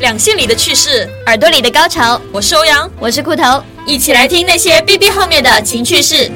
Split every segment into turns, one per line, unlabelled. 两性里的趣事，
耳朵里的高潮，
我是欧阳，
我是裤头，
一起来听那些 B B 后面的情趣事。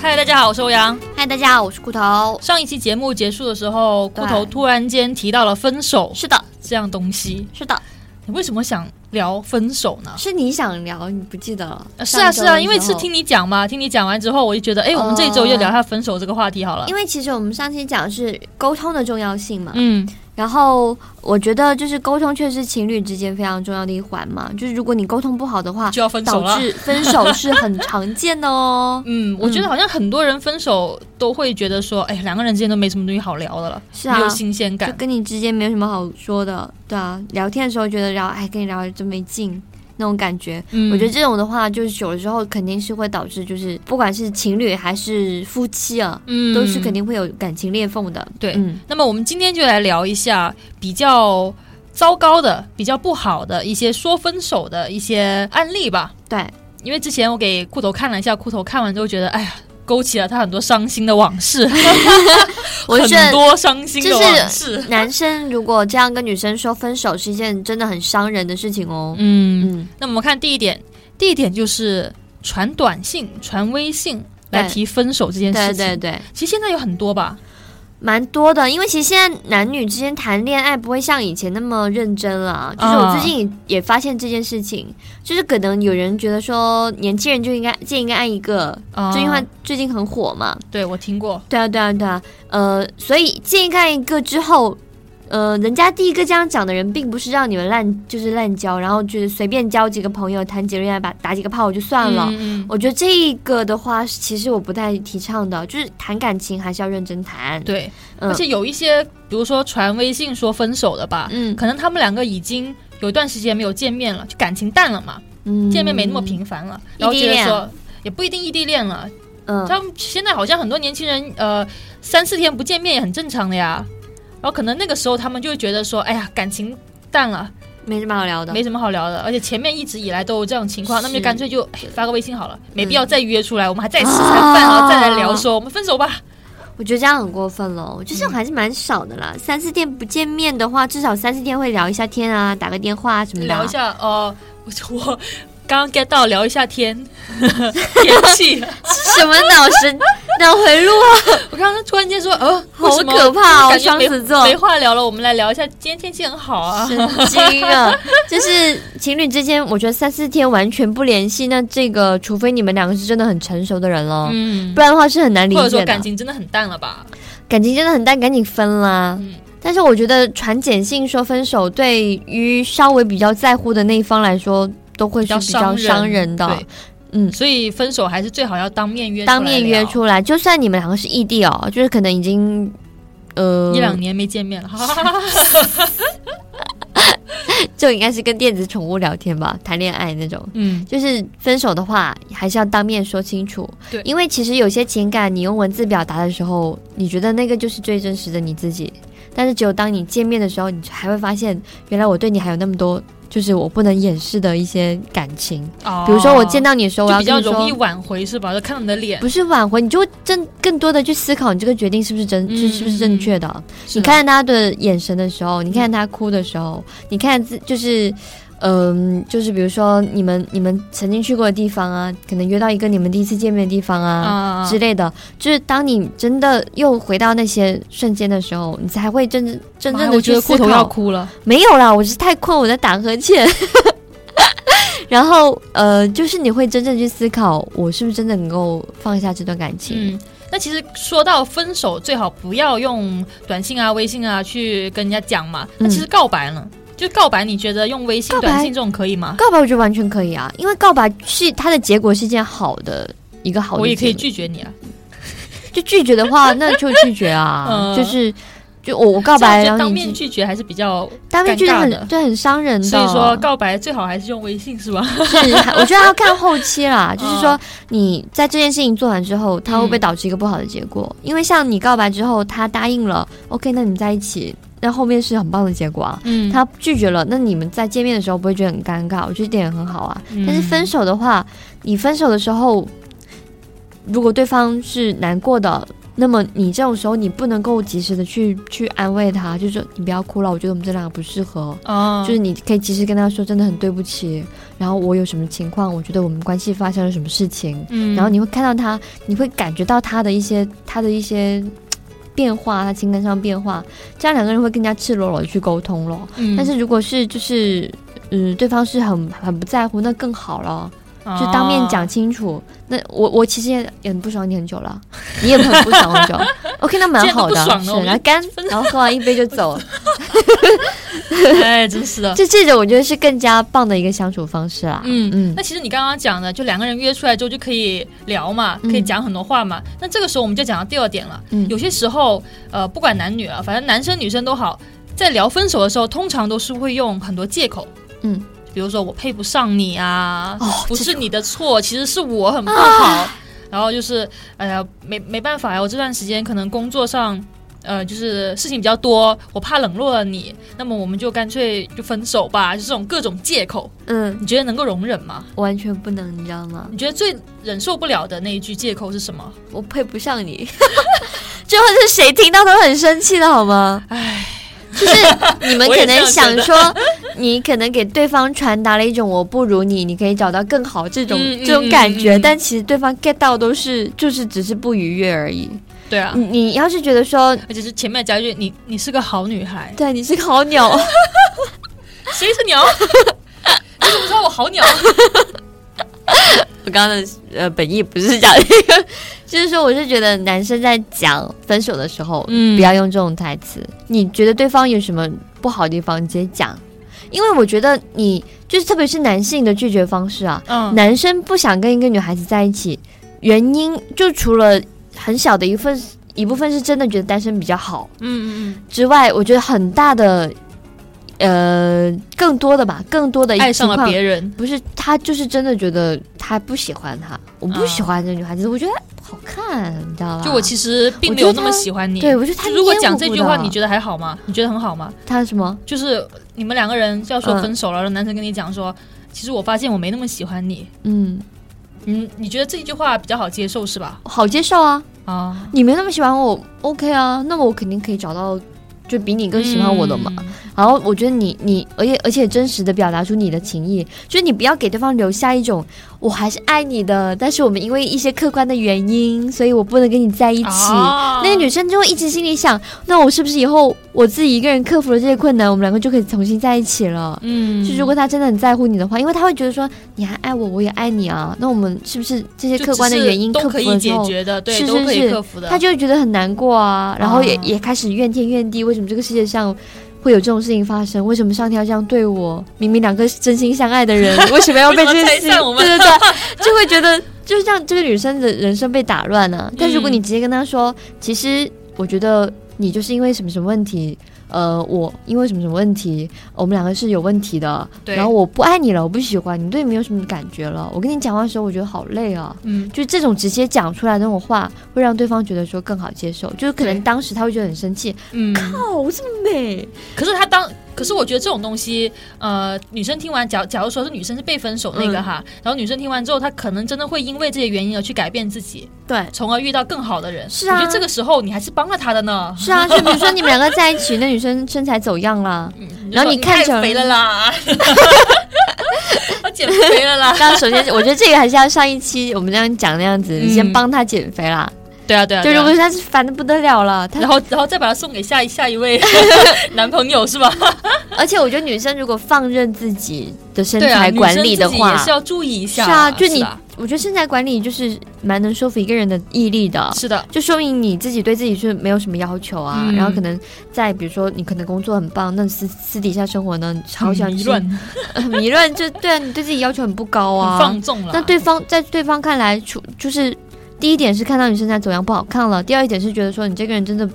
嗨，大家好，我是欧阳。
嗨，大家好，我是裤头。
上一期节目结束的时候，
对
裤头突然间提到了分手
是的，
这样东西，
是的，
你为什么想聊分手呢？
是你想聊，你不记得了？
呃是啊是啊，因为是
上周的时候
听，你讲嘛，听你讲完之后，我就觉得，哎，我们这一周就聊一下分手这个话题好了。
因为其实我们上期讲的是沟通的重要性嘛，
嗯，
然后我觉得就是沟通确实是情侣之间非常重要的一环嘛，就是如果你沟通不好的话，
就要分手
导
了。。
致分手是很常见的哦
嗯，我觉得好像很多人分手都会觉得说，哎，两个人之间都没什么东西好聊的了，
是啊
没有新鲜
就
感。
跟你之间没有什么好说的，对啊，聊天的时候觉得聊，哎，跟你聊得真没劲那种感觉，
嗯
我觉得这种的话，就是久了之后肯定是会导致，就是不管是情侣还是夫妻啊，
嗯
都是肯。定会有感情裂缝的。
对
嗯，
那么我们今天就来聊一下比较糟糕的、比较不好的一些说分手的一些案例吧。
对，
因为之前我给裤头看了一下，裤头看完之后觉得，哎呀，勾起了他很多伤心的往事，
我觉
很
得
多伤心的往事。
男生如果这样跟女生说分手，是一件真的很伤人的事情哦。
嗯，
嗯，
那我们看第一点，第一点就是传短信、传微信来
对
提分手这件事
对
情。
对对，
其实现在有很多吧，
蛮多的，因为其实现在男女之间谈恋爱不会像以前那么认真了啊。就是我最近也也发现这件事情，就是可能有人觉得说年轻人就应该见一个爱一个，
啊
最近话最近很火嘛，
对我听过，
对啊，对啊，对啊，呃，所以见一看一个之后，呃，人家第一个这样讲的人，并不是让你们烂，就是滥交，然后就是随便交几个朋友，谈几个恋爱，把打几个炮就算了。
嗯嗯
我觉得这一个的话，其实我不太提倡的，就是谈感情还是要认真谈。，
对，
嗯
而且有一些，比如说传微信说分手的吧，
嗯
可能他们两个已经有一段时间没有见面了，就感情淡了嘛，
嗯
见面没那么，频繁了，然后觉
异地
得
恋
说。也不一定异地恋了，
嗯，
他们现在好像很多年轻人，呃，三四天不见面也很正常的呀。然后可能那个时候他们就会觉得说，哎呀，感情淡了，
没什么好聊的。
没什么好聊的，而且前面一直以来都有这种情况，
是
那么就干脆就哎发个微信好了，没
嗯
必要再约出来，我们还再吃餐饭，
啊
然后再来聊说我们分手吧。
我觉得这样很过分了，我觉得这种还是蛮少的
嗯
啦。三四天不见面的话，至少三四天会聊一下天啊，打个电话啊什么的啊。
聊一下哦、我我刚刚 get 到聊一下 天天气，
什么脑神脑回路啊，
我刚刚突然间说，呃，为
好
什么
可怕哦！
感觉
双
没
子座，
没话聊了，我们来聊一下，今天天气很好啊。
神经啊！ 就是情侣之间，我觉得三四天完全不联系，那这个除非你们两个是真的很成熟的人了，
嗯
不，然的话是很难理
或者
解
说
的。
感情真的很淡了吧？
感情真的很淡，赶紧分啦。
嗯
但是我觉得传简信说分手，对于稍微比较在乎的那一方来说，都会
比
是
较
比较伤人的。
对
嗯
所以分手还是最好要当面约出来哦
当面约
聊
出来，就算你们两个是异地哦，就是可能已经呃
一两年没见面了，哈哈哈哈
就应该是跟电子宠物聊天吧，谈恋爱那种。
嗯，
就是分手的话，还是要当面说清楚。
对
因为其实有些情感，你用文字表达的时候，你觉得那个就是最真实的你自己。但是只有当你见面的时候，你还会发现，原来我对你还有那么多，就是我不能掩饰的一些感情。
哦
比如说我见到你的时候，我
就
要
比
跟
较
你
容易
说，
挽回是吧？就看到你的脸，
不是挽回，你就会真更多的去思考你这个决定是不是真，
嗯
是是不是正确的。
是
你
的
看着他的眼神的时候，你看着他哭的时候，你看自就是，嗯、就是比如说你们你们曾经去过的地方啊，可能约到一个你们第一次见面的地方啊。
啊
之类的，就是当你真的又回到那些瞬间的时候，你才会真正真
妈
正
呀
的
我觉
去
得裤
思
头要
考。
哭了。
没有啦，我是太困，我在打呵欠。 然后呃，就是你会真正去思考，我是不是真的能够放下这段感情？
嗯，那其实说到分手，最好不要用短信啊、微信啊去跟人家讲嘛。那其实告白呢，就告白，你觉得用微信、
嗯告白
短信这种可以吗？
告白我觉得完全可以啊，因为告白是它的结果是一件好的一个好的，
我也可以，拒绝你啊。
就拒绝的话，那就拒绝啊，
嗯
就是就我我告白，
这样
然
就
后
当
你
面
拒
拒绝还是比较，
当面拒绝
尴尬
很
的
对很伤人的，
所以说告白最好还是用微信是吧？
是我觉得要看后期 啦，
嗯
就是说你在这件事情做完之后，它会不会导致一个不好的结果？因为像你告白之后，他答应了，OK，那你们在一起，那后面是很棒的结果啊。
嗯，
他拒绝了，那你们在见面的时候不会觉得很尴尬？我觉得这点很好啊。
嗯
但是分手的话，你分手的时候，如果对方是难过的，那么你这种时候你不能够及时的去去安慰他，就说你不要哭了，我觉得我们这两个不适合。
哦，
就是你可以及时跟他说，真的很对不起，然后我有什么情况，我觉得我们关系发生了什么事情，
嗯，
然后你会看到他，你会感觉到他的一些他的一些嘖变化，他情感上的变化，这样两个人会更加赤裸裸的去沟通了。
嗯，
但是如果是就是嗯、对方是很很不在乎，那更好了，就当面讲
哦，
清楚。那我我其实也也很不爽你很久了， 你也很不爽 很久。OK，那蛮好的
既然都不，爽了
是
我们就
然后干，然后喝完一杯就走。
哎，真是的。
这这种我觉得是更加棒的一个相处方式啦。
嗯
嗯
那其实你刚刚讲的，就两个人约出来之后就可以聊嘛，可以
嗯
讲很多话嘛。那这个时候我们就讲到第二点了。
嗯
有些时候，呃，不管男女啊，反正男生女生都好，在聊分手的时候，通常都是会用很多借口。
嗯，
比如说我配不上你啊，
哦啊
不
这
是你的错，其实是我很不好。然后就是，哎呀，没没办法呀，我这段时间可能工作上。呃，就是事情比较多，我怕冷落了你，那么我们就干脆就分手吧，就这种各种借口，
嗯，
你觉得能够容忍吗？
完全不能，你知道吗？
你觉得最忍受不了的那一句借口是什么？
我配不上你， 最后是谁听到都会很生气的好吗？唉，就是你们
我也这
可能
样
想
觉得
说，你可能给对方传达了一种我不如你，你可以找到更好这种、
嗯嗯
这种感觉，
嗯嗯
但其实对方 get 到都是就是只是不愉悦而已。
对啊，
你你要是觉得说。
而且是前面加一句你你是个好女孩，
对，你是个好 鸟，
谁是鸟？ 你怎么知道我好鸟？
我刚刚的呃本意不是讲这个， 就是说我是觉得男生在讲分手的时候，
嗯
不要用这种台词。你觉得对方有什么不好的地方，你直接讲，因为我觉得你就是特别是男性的拒绝方式啊，
嗯
男生不想跟一个女孩子在一起，原因就除了很小的一份一部分是真的觉得单身比较好
嗯嗯
之外，我觉得很大的呃更多的吧，更多的
嗯，
一
爱上
哎情
了
况
别人，
不是，他就是真的觉得他不喜欢她，我不喜欢这女孩子，我觉得好看，你知道吧？
就我其实并没有那么喜欢你。
对啊我觉得他
就如果讲这句话，你觉得还好吗？你觉得很好吗？
他什么？
就是你们两个人要说
嗯
分手了，然后男生跟你讲说，其实我发现我没那么喜欢你。
嗯，
嗯，你觉得这句话比较好接受是吧？
好接受啊，
啊，
你没那么喜欢我，OK 啊，那么我肯定可以找到就比你更喜欢我的嘛。
嗯？
然后我觉得你你，而且而且真实的表达出你的情意，就是你不要给对方留下一种我还是爱你的，但是我们因为一些客观的原因，所以我不能跟你在一起。
啊
那个女生就会一直心里想，那我是不是以后我自己一个人克服了这些困难，我们两个就可以重新在一起了？
嗯，
就如果她真的很在乎你的话，因为她会觉得说你还爱我，我也爱你啊，那我们是不是这些
就
客观的
只是
原因
都
克
可
服
以
了之
解
后，
决的，对，
是
都
是
可以
是
克服的。
她就会觉得很难过啊，然后也、
啊
也开始怨天怨地，为什么这个世界上会有这种事情发生？为什么上天要这样对我？明明两个真心相爱的 人，为什么要被这
为什么
些
拆
事？
散我们
对对对，就会觉得就是让这个女生的人生被打乱啊。但如果你直接跟她说，其实我觉得你就是因为什么什么问题。呃，我因为什么什么问题，我们两个是有问题的。
对
然后我不爱你了，我不喜欢你，对你没有什么感觉了。我跟你讲话的时候，我觉得好累啊。
嗯，
就这种直接讲出来的那种话，会让对方觉得说更好接受。就是可能
对
当时他会觉得很生气，
嗯，
哦，这么美，
可是他当，可是我觉得这种东西，呃，女生听完，假假如说是女生是被分手
嗯
那个哈，然后女生听完之后，她可能真的会因为这些原因而去改变自己，
对，
从而遇到更好的人。
是啊
我觉得这个时候你还是帮了她的呢。
是啊，就比如说你们两个在一起，那女生身材走 样了，
嗯
然
就说
后你
你
看
太
成
肥了啦， 她减肥了啦。
那首先我觉得这个还是要上一期我们那样讲那样子，你先
嗯
帮她减肥啦。
对啊，对啊，
就
对
如
啊
果她是烦的不得了 了，她
然后然后再把它送给下一下一位 男朋友是吧？
而且我觉得女生如果放任自己的身
对啊，
材
女
管
生
理
自
的
己
话，
也是要注意一下
是
啦。
啊，就你
吧，
我觉得身材管理就是蛮能说服一个人的毅力的。
是的，
就说明你自己对自己是没有什么要求啊，
嗯
然后可能在比如说你可能工作很棒，那私私底下生活呢，好想
嗯迷乱，
很 迷嗯乱，就对啊，你对自己要求很不高
很
啊
放。纵了。
那对方在对方看来，除就是第一点是看到你身材走样不好看了，第二一点是觉得说你这个人真的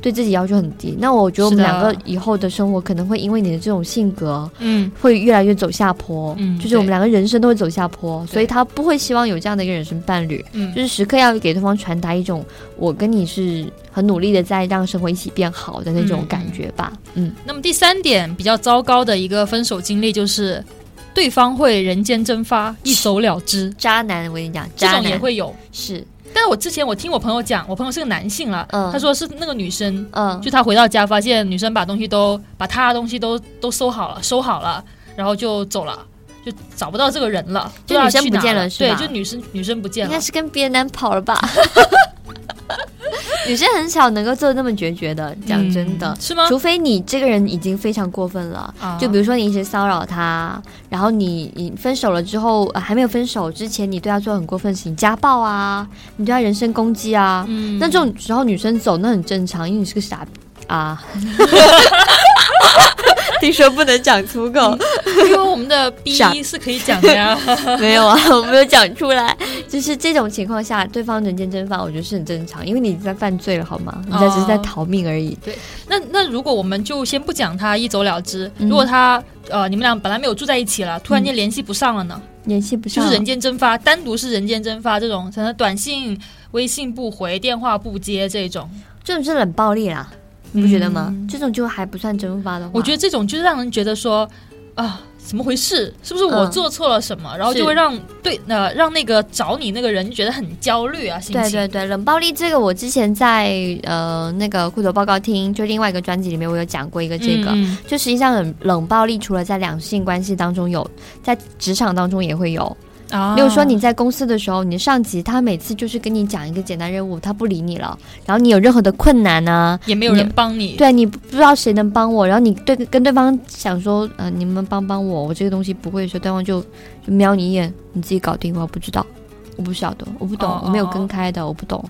对自己要求很低。那我觉得我
是啊的
们两个以后的生活可能会因为你的这种性格
嗯，
会越来越走下坡，
嗯
就是我们两个人生都会走下坡，所以他不会希望有这样的一个人生伴侣，
嗯
就是时刻要给对方传达一种我跟你是很努力的在让生活一起变好的那种
嗯
感觉吧，嗯
那么第三点比较糟糕的一个分手经历就是，对方会人间蒸发，一走了之，
渣男，我跟你讲，
这
渣
种也
男
会有。
是，
但是我之前我听我朋友讲，我朋友是个男性了，
嗯
他说是那个女生，
嗯，
就他回到家发现女生把东西都把他的东西都都收好了，收好了，然后就走了。就找不到这个人了，
就
不知道
女生
去哪
不见了
了
是吧
对，就女生女生不见
应该
了，
是跟别的男跑了吧。 女生很少能够做的那么决绝的，讲真的
嗯，是吗？
除非你这个人已经非常过分了。
啊
就比如说你一直骚扰他，然后你你分手了之后、呃还没有分手之前，你对他做很过分的事情，家暴啊，你对他人身攻击啊，
嗯
那这种时候女生走那很正常，因为你是个傻逼啊。听说不能讲粗口，
因为我们的 B
傻
是可以讲的呀，
没有啊， 我没有讲出来。就是这种情况下，对方人间蒸发，我觉得是很正常，因为你已经在犯罪了，好吗？你在只是在
哦
逃命而已。
那那如果我们就先不讲他一走了之，
嗯
如果他呃你们俩本来没有住在一起了，突然间联系不上了呢，
联系不
就
上，
是人间蒸发，单独是人间蒸发这种，可能短信、微信不回、电话不接这种，
这种是冷暴力啦，你不觉得吗？
嗯
这种就还不算蒸发的话，
我觉
得
得这种就是让人觉得说啊。怎么回事？是不是我
嗯
做错了什么？然后
是
就会让对呃让那个找你那个人觉得很焦虑啊，心情。
对对对，冷暴力这个我之前在呃那个酷走报告厅，就另外一个专辑里面，我有讲过一个这个。
嗯
就实际上冷冷暴力除了在两性关系当中有，在职场当中也会有。
嗯啊
比如说你在公司的时候，你的上级他每次就是跟你讲一个简单任务，他不理你了，然后你有任何的困难呢、
也没有人帮你，
对你不知道谁能帮我，然后你对跟对方想说，呃，你们帮帮我，我这个东西不会的时候，对方就就瞄你一眼，你自己搞定吧，我不知道，我不晓得，我不懂，
哦
我没有
哦
跟开的，我不懂，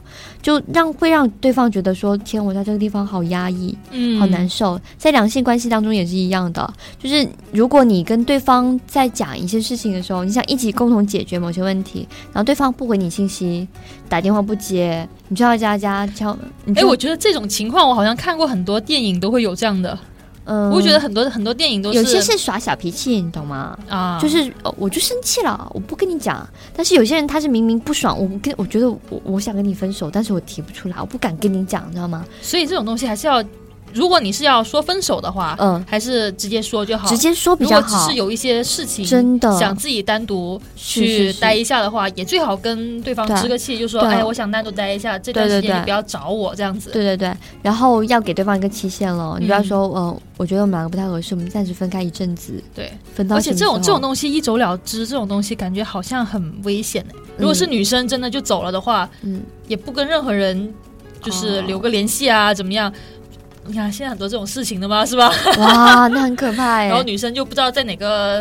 就让会让对方觉得说，天，我在这个地方好压抑，
嗯，
好难受。在两性关系当中也是一样的，就是如果你跟对方在讲一些事情的时候，你想一起共同解决某些问题，然后对方不回你信息，打电话不接，你就要加加敲，你
哎，
就
我觉得这种情况我好像看过很多电影都会有这样的，
嗯，
我觉得很多很多电影都是
有些是耍小脾气，你懂吗？
啊，
就是、呃我就生气了，我不跟你讲。但是有些人他是明明不爽，我跟我觉得我我想跟你分手，但是我提不出来，我不敢跟你讲，你知道吗？
所以这种东西还是要，如果你是要说分手的话，
嗯，
还是直接说啊就好。
直接说比
如果
较
只
好
是。有一些事情
真的
想自己单独
是
去
是是
待一下的话，也最好跟对方
对
支个气，就说
对
哎，我想单独待一下，这段时
对对
间
对
你不要找我这样子。
对对对，然后要给对方一个期限了，你不要
嗯
说，呃，我觉得我们两个不太合适，我们暂时分开一阵子，
对，
分到
而且
什么
这种
时
这种
候
东西一走了之，这种东西感觉好像很危险哎。如果是女生真的就走了的话，
嗯，
也不跟任何人就是
哦
留个联系啊，怎么样？你看现在很多这种事情的嘛，是吧？
哇，那很可怕 哎、
然后女生就不知道在哪 个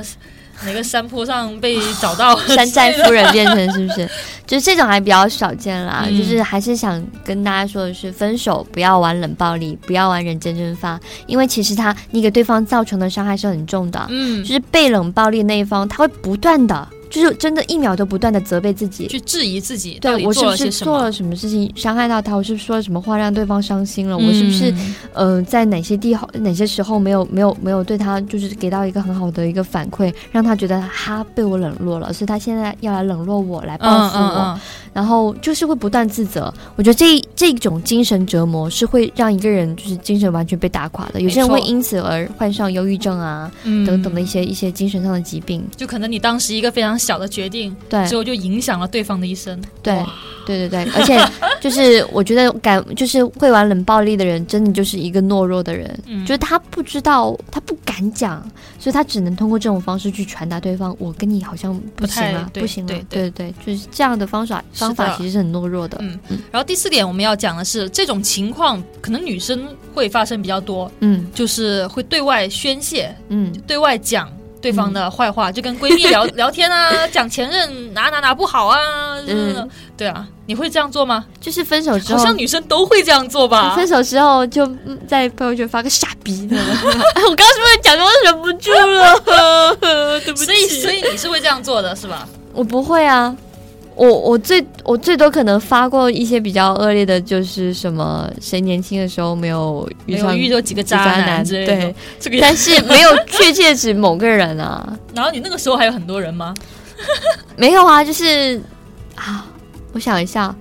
哪个山坡上被找到
山寨
之类的
夫人变成是不 是？就是这种还比较少见啦。
嗯
就是还是想跟大家说的是，分手不要玩冷暴力，不要玩人间蒸发，因为其实他你给对方造成的伤害是很重 的。
嗯
就，是被冷暴力那一方，他会不断的，就是真的一秒都不断的责备自己，
去质疑自己到
对
底
我是
做
不
了
是
些什
做
么，
了什么事情伤害到他？我是不是说了什么话让对方伤心了？我是不是
嗯
呃在哪些地方、哪些时候没有没有没有对他就是给到一个很好的一个反馈，让他觉得他被我冷落了，所以他现在要来冷落我，来报
嗯
复
嗯
我，然后就是会不断自责。我觉得这这种精神折磨是会让一个人就是精神完全被打垮的。有些人
没错
会因此而患上忧郁症啊
嗯
等等的一，些一些精神上的疾病。
就可能你当时一个非常小的决定，
对，
之后就影响了对方的一生。
对
哇，
对对对， 而且就是我觉得感就是会玩冷暴力的人，真的就是一个懦弱的人，
嗯
就是他不知道，他不敢讲，所以他只能通过这种方式去传达对方，我跟你好像不行
太
了，
对
不行了，啊
对
对对，就是这样的方法
是的
方法其实是很懦弱的，
嗯然后第四点我们要讲的是，这种情况可能女生会发生比较多，
嗯
就是会对外宣泄，
嗯
对外讲。对方的坏话，就跟闺蜜聊 聊天啊，讲前任哪哪哪不好啊，
嗯
对啊，你会这样做吗？
就是啊分手之
好
后，
像女生都会这样做吧？
分手之后就嗯在朋友圈发个傻逼的， 我刚刚是不是讲的我忍不住了？
所以，所以你是会这样做的是吧？
我不会啊，我我最我最多可能发过一些比较恶劣的，就是什么谁年轻的时候没有遇
没有
上
遇到几个
渣
男之类的。
对，，
这个。
但是没有确切指某个人啊，
然后你那个时候还有很多人吗？
没有啊，就是啊，我想一下，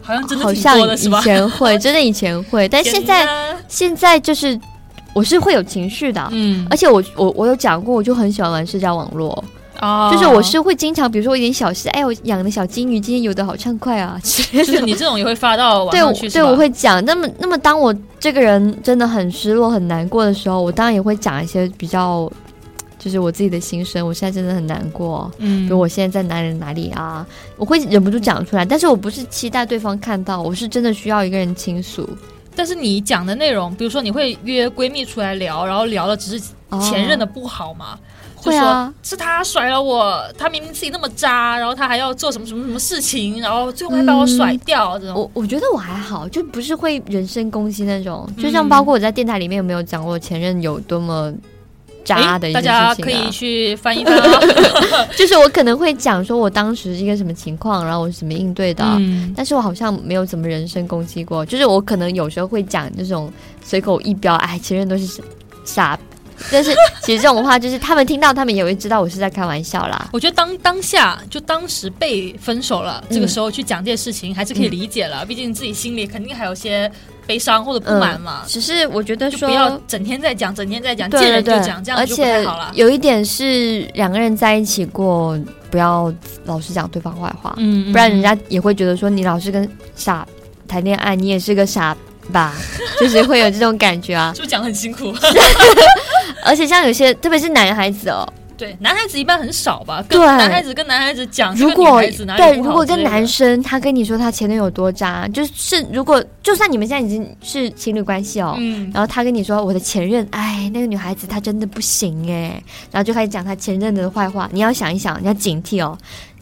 好像真的
好
挺
像
多的是
以
吧？
前 会，真的以前会，但现在
天哪
现在就是我是会有情绪的，
嗯
而且我我我有讲过，我就很喜欢玩社交网络，
啊
就是我是会经常，比如说我有点小事，哎，我养的小金鱼今天游得好畅快啊之类
就
的
是你这种也会发到网
对，我
上去是
对，
吧
我会讲。那么，那么当我这个人真的很失落、很难过的时候，我当然也会讲一些比较，就是我自己的心声。我现在真的很难过，比
嗯
如我现在在哪里哪里啊，我会忍不住讲出来。但是我不是期待对方看到，我是真的需要一个人倾诉。
但是你讲的内容，比如说你会约闺蜜出来聊，然后聊的只是
哦
前任的不好嘛，就
会
说、
啊，
是他甩了我，他明明自己那么渣，然后他还要做什么什么什么事情，然后最后还把
嗯
我甩掉，这种
我我觉得我还好，就不是会人身攻击那种。就
嗯
像包括我在电台里面有没有讲过前任有多么渣
哎
的一
大
件事情、
家
啊
可 以去翻一翻啊。
就是我可能会讲说我当时一个什么情况，然后我是怎么应对的。
嗯，
但是我好像没有怎么人身攻击过，就是我可能有时候会讲这种随口一飙，哎，前任都是傻，但是 其实这种话就是他们听到，他们也会知道我是在开玩笑啦。
我觉得当当下就当时被分手了，
嗯
这个时候去讲这些事情还是可以理解了，毕竟自己心里肯定还有些悲伤或者不满嘛。
只是我觉得
就
嗯说
不，要整天在讲，整天在讲，见
对对
人就
对
讲，这，样
而
就不太
且
好了。
有一点是两个人在一起过，不要老是讲对方坏话，
嗯
不然人家也会觉得说你老是跟傻谈恋爱，你也是个傻吧， 就是会有这种感觉啊。
是不是讲得很辛苦？
而且像有些，特别是男孩子哦，
对，男孩子一般很少吧，跟
对
男孩子跟男孩子讲，
如
啊这个女
果
孩子哪里
对，
不好
如果
之类
跟
的
男生他跟你说他前男友多渣，就是如果就算你们现在已经是情侣关系哦。
嗯，
然后他跟你说我的前任，哎，那个女孩子她真的不行哎，然后就开始讲她前任的坏话，你要想一想，你要警惕哦。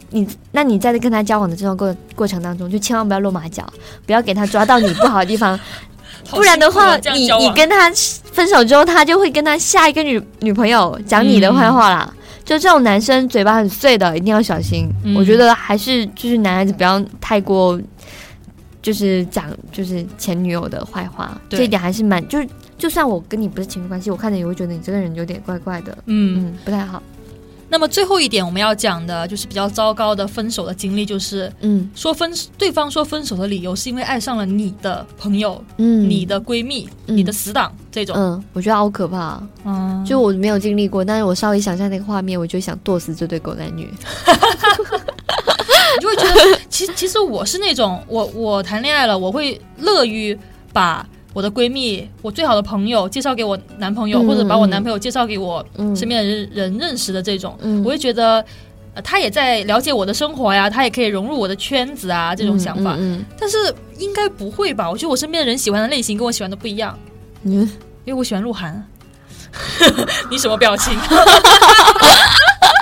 你那你在跟他交往的这段过过程当中，就千万不要落马脚，不要给他抓到你不好的地方，
好
不然的话，
辛苦啊
你你跟他分手之后，他就会跟他下一个女女朋友讲你的
嗯
坏话啦。就这种男生嘴巴很碎的，一定要小心。
嗯
我觉得还是就是男孩子不要太过，就是讲就是前女友的坏话，
对
这一点还是蛮就是。就算我跟你不是情侣关系，我看着也会觉得你这个人有点怪怪的，
嗯，
嗯，不太好，
那么最后一点我们要讲的就是比较糟糕的分手的经历，就是
嗯
说分对方说分手的理由是因为爱上了你的朋友、
嗯，
你的闺蜜、
嗯
你的死党这种，
嗯，我觉得好可怕啊、
嗯，
就我没有经历过，但是我稍微想象那个画面，我就想剁死这对狗男女，
你就会觉得，其其实我是那种，我我谈恋爱了，我会乐于把我的闺蜜、我最好的朋友介绍给我男朋友，
嗯
或者把我
嗯
男朋友介绍给我
嗯，
身边的人、人认识的这种，
嗯
我会觉得。呃他也在了解我的生活呀，他也可以融入我的圈子啊，这种想法。
嗯嗯嗯
但是应该不会吧？我觉得我身边的人喜欢的类型跟我喜欢的不一样，
你
因为我喜欢鹿晗。啊 你什么表情？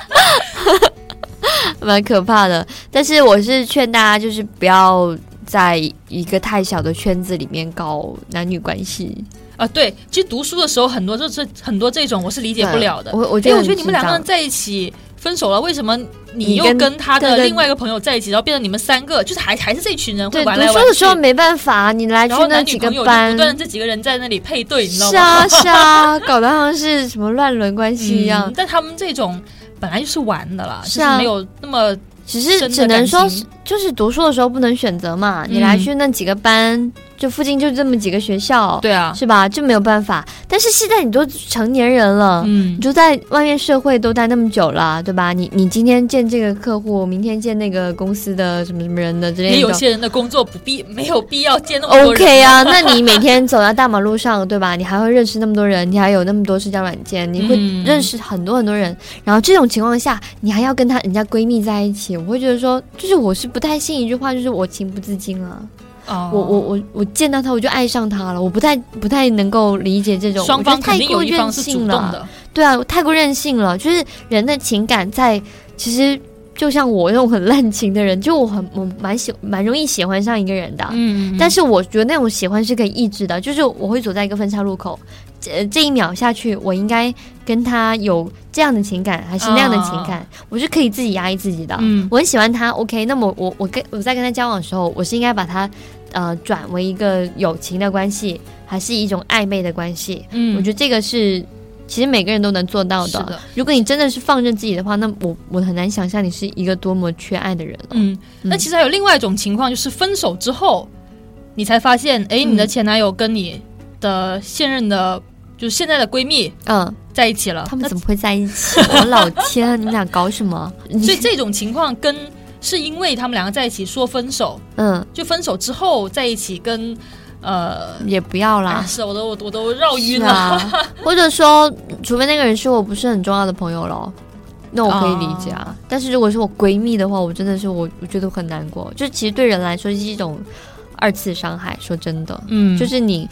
蛮可怕的。但是我是劝大家，就是不要在一个太小的圈子里面搞男女关系，
啊，对，其实读书的时候很多这这很多这种我是理解不了的
对。我我觉
哎，
得
我
很
觉
智障，
得你们两个人在一起分手了，为什么你
你
又
跟
跟他的
对对
另外一个朋友在一起，然后变成你们三个，就是还还是这群人会
对
玩
读
来玩
书的
去
时候没办法，你来去
然后
那
男
几
女
个
朋友就不
班
断。的这几个人在那里配对，你知道
是
吗？
啊是啊，搞得好像是什么乱伦关
嗯
系一样，
但他们这种本来就是玩的啦，
啊是
就是
啊
没有那么
只
深
是
的
只能说
感情
就是读书的时候不能选择嘛，你
嗯
来去那几个班，就附近就这么几个学校，
对啊，
是吧？就没有办法。但是现在你都成年人了，
嗯
你，就在外面社会都待那么久了，对吧？你你今天见这个客户，明天见那个公司的什么什么人的之
也
类
有
的。
些人的工作不必没有必要见那么多人
OK 啊，那你每天走在大马路上，对吧？你还会认识那么多人，你还有那么多社交软件，你会
嗯
认识很多很多人。然后这种情况下，你还要跟他人家闺蜜在一起，我会觉得说，就是我是不太信一句话，就是我情不自禁啊。
哦
我我我我见到他我就爱上他了，我不太不太能够理解这种，
双
我
方
觉得
肯
太
定有
过
一
任
方是主
性
动
了。
的，
对啊，太过任性了，就是人的情感在其实。就像我这种很滥情的人，就我很我蛮喜蛮容易喜欢上一个人的。
嗯，
啊但是我觉得那种喜欢是可以抑制的，就是我会走在一个分岔路口，这这一秒下去，我应该跟他有这样的情感还是那样的情感，我是可以自己压抑自己的。
哦嗯
啊我很喜欢他，OK，那么我我跟我在跟他交往的时候，我是应该把他呃转为一个友情的关系，还是一种暧昧的关系？
嗯，
我觉得这个是。其实每个人都能做到
是的
如果你真的是放任自己的话，那我我很难想象你是一个多么缺爱的人了。
嗯，那其实还有另外一种情况，就是分手之后，你才发现，哎，
嗯
你的前男友跟你的现任的，就是现在的闺蜜
嗯，
在一起了。
他们怎么会在一起？我老天，你们俩搞什 么？
那所以
你
这种情况跟是因为他们两个在一起说分手，
嗯，
就分手之后在一起跟呃，
也不要
哎
啦。
是我都我都我都绕晕
是
了。
啊，或者说，除非那个人是我不是很重要的朋友咯，那我可以理解
哦
啊。但是如果是我闺蜜的话，我真的是我我觉得很难过。就其实对人来说是一种二次伤害。说真的，
嗯，
就是你。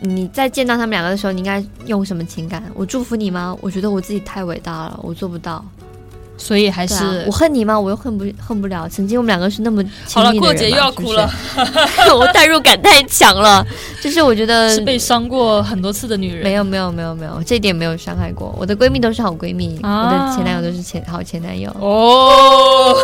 你在见到他们两个的时候，你应该用什么情感？我祝福你吗？我觉得我自己太伟大了，我做不到。
所以还
对
哎是、
啊、我恨你吗？我又恨不恨不了。曾经我们两个是那么亲
好了，
密的
过
人啊
节又
嘛
要
是不
哭
是
了，
我代入感太强了，就是我觉得
是被伤过很多次的女人。
没有没有没有没有，这点没有伤害过。我的闺蜜都是好闺蜜，
啊
我的前男友都是前好前男友。
哦，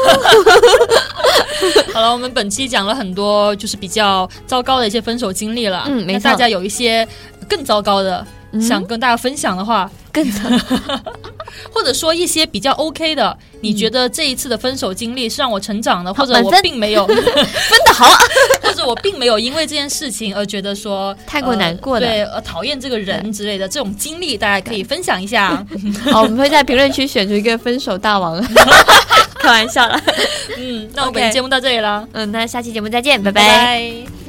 好了，我们本期讲了很多就是比较糟糕的一些分手经历了。
嗯没
那
错
大家有一些更糟糕的、
嗯
想跟大家分享的话，
更惨
或者说一些比较 OK 的，你觉得这一次的分手经历是让我成长的，或者
满
我
分
并没有，
分的好，
或者我并没有因为这件事情而觉得说
太过难过了
呃对，呃，讨厌这个人之类的这种经历，大家可以分享一下。
好，我们会在评论区选出一个分手 大王。开玩笑啦，
嗯，那我
OK
们节目到这里了，
嗯，那下期节目再见，拜
拜拜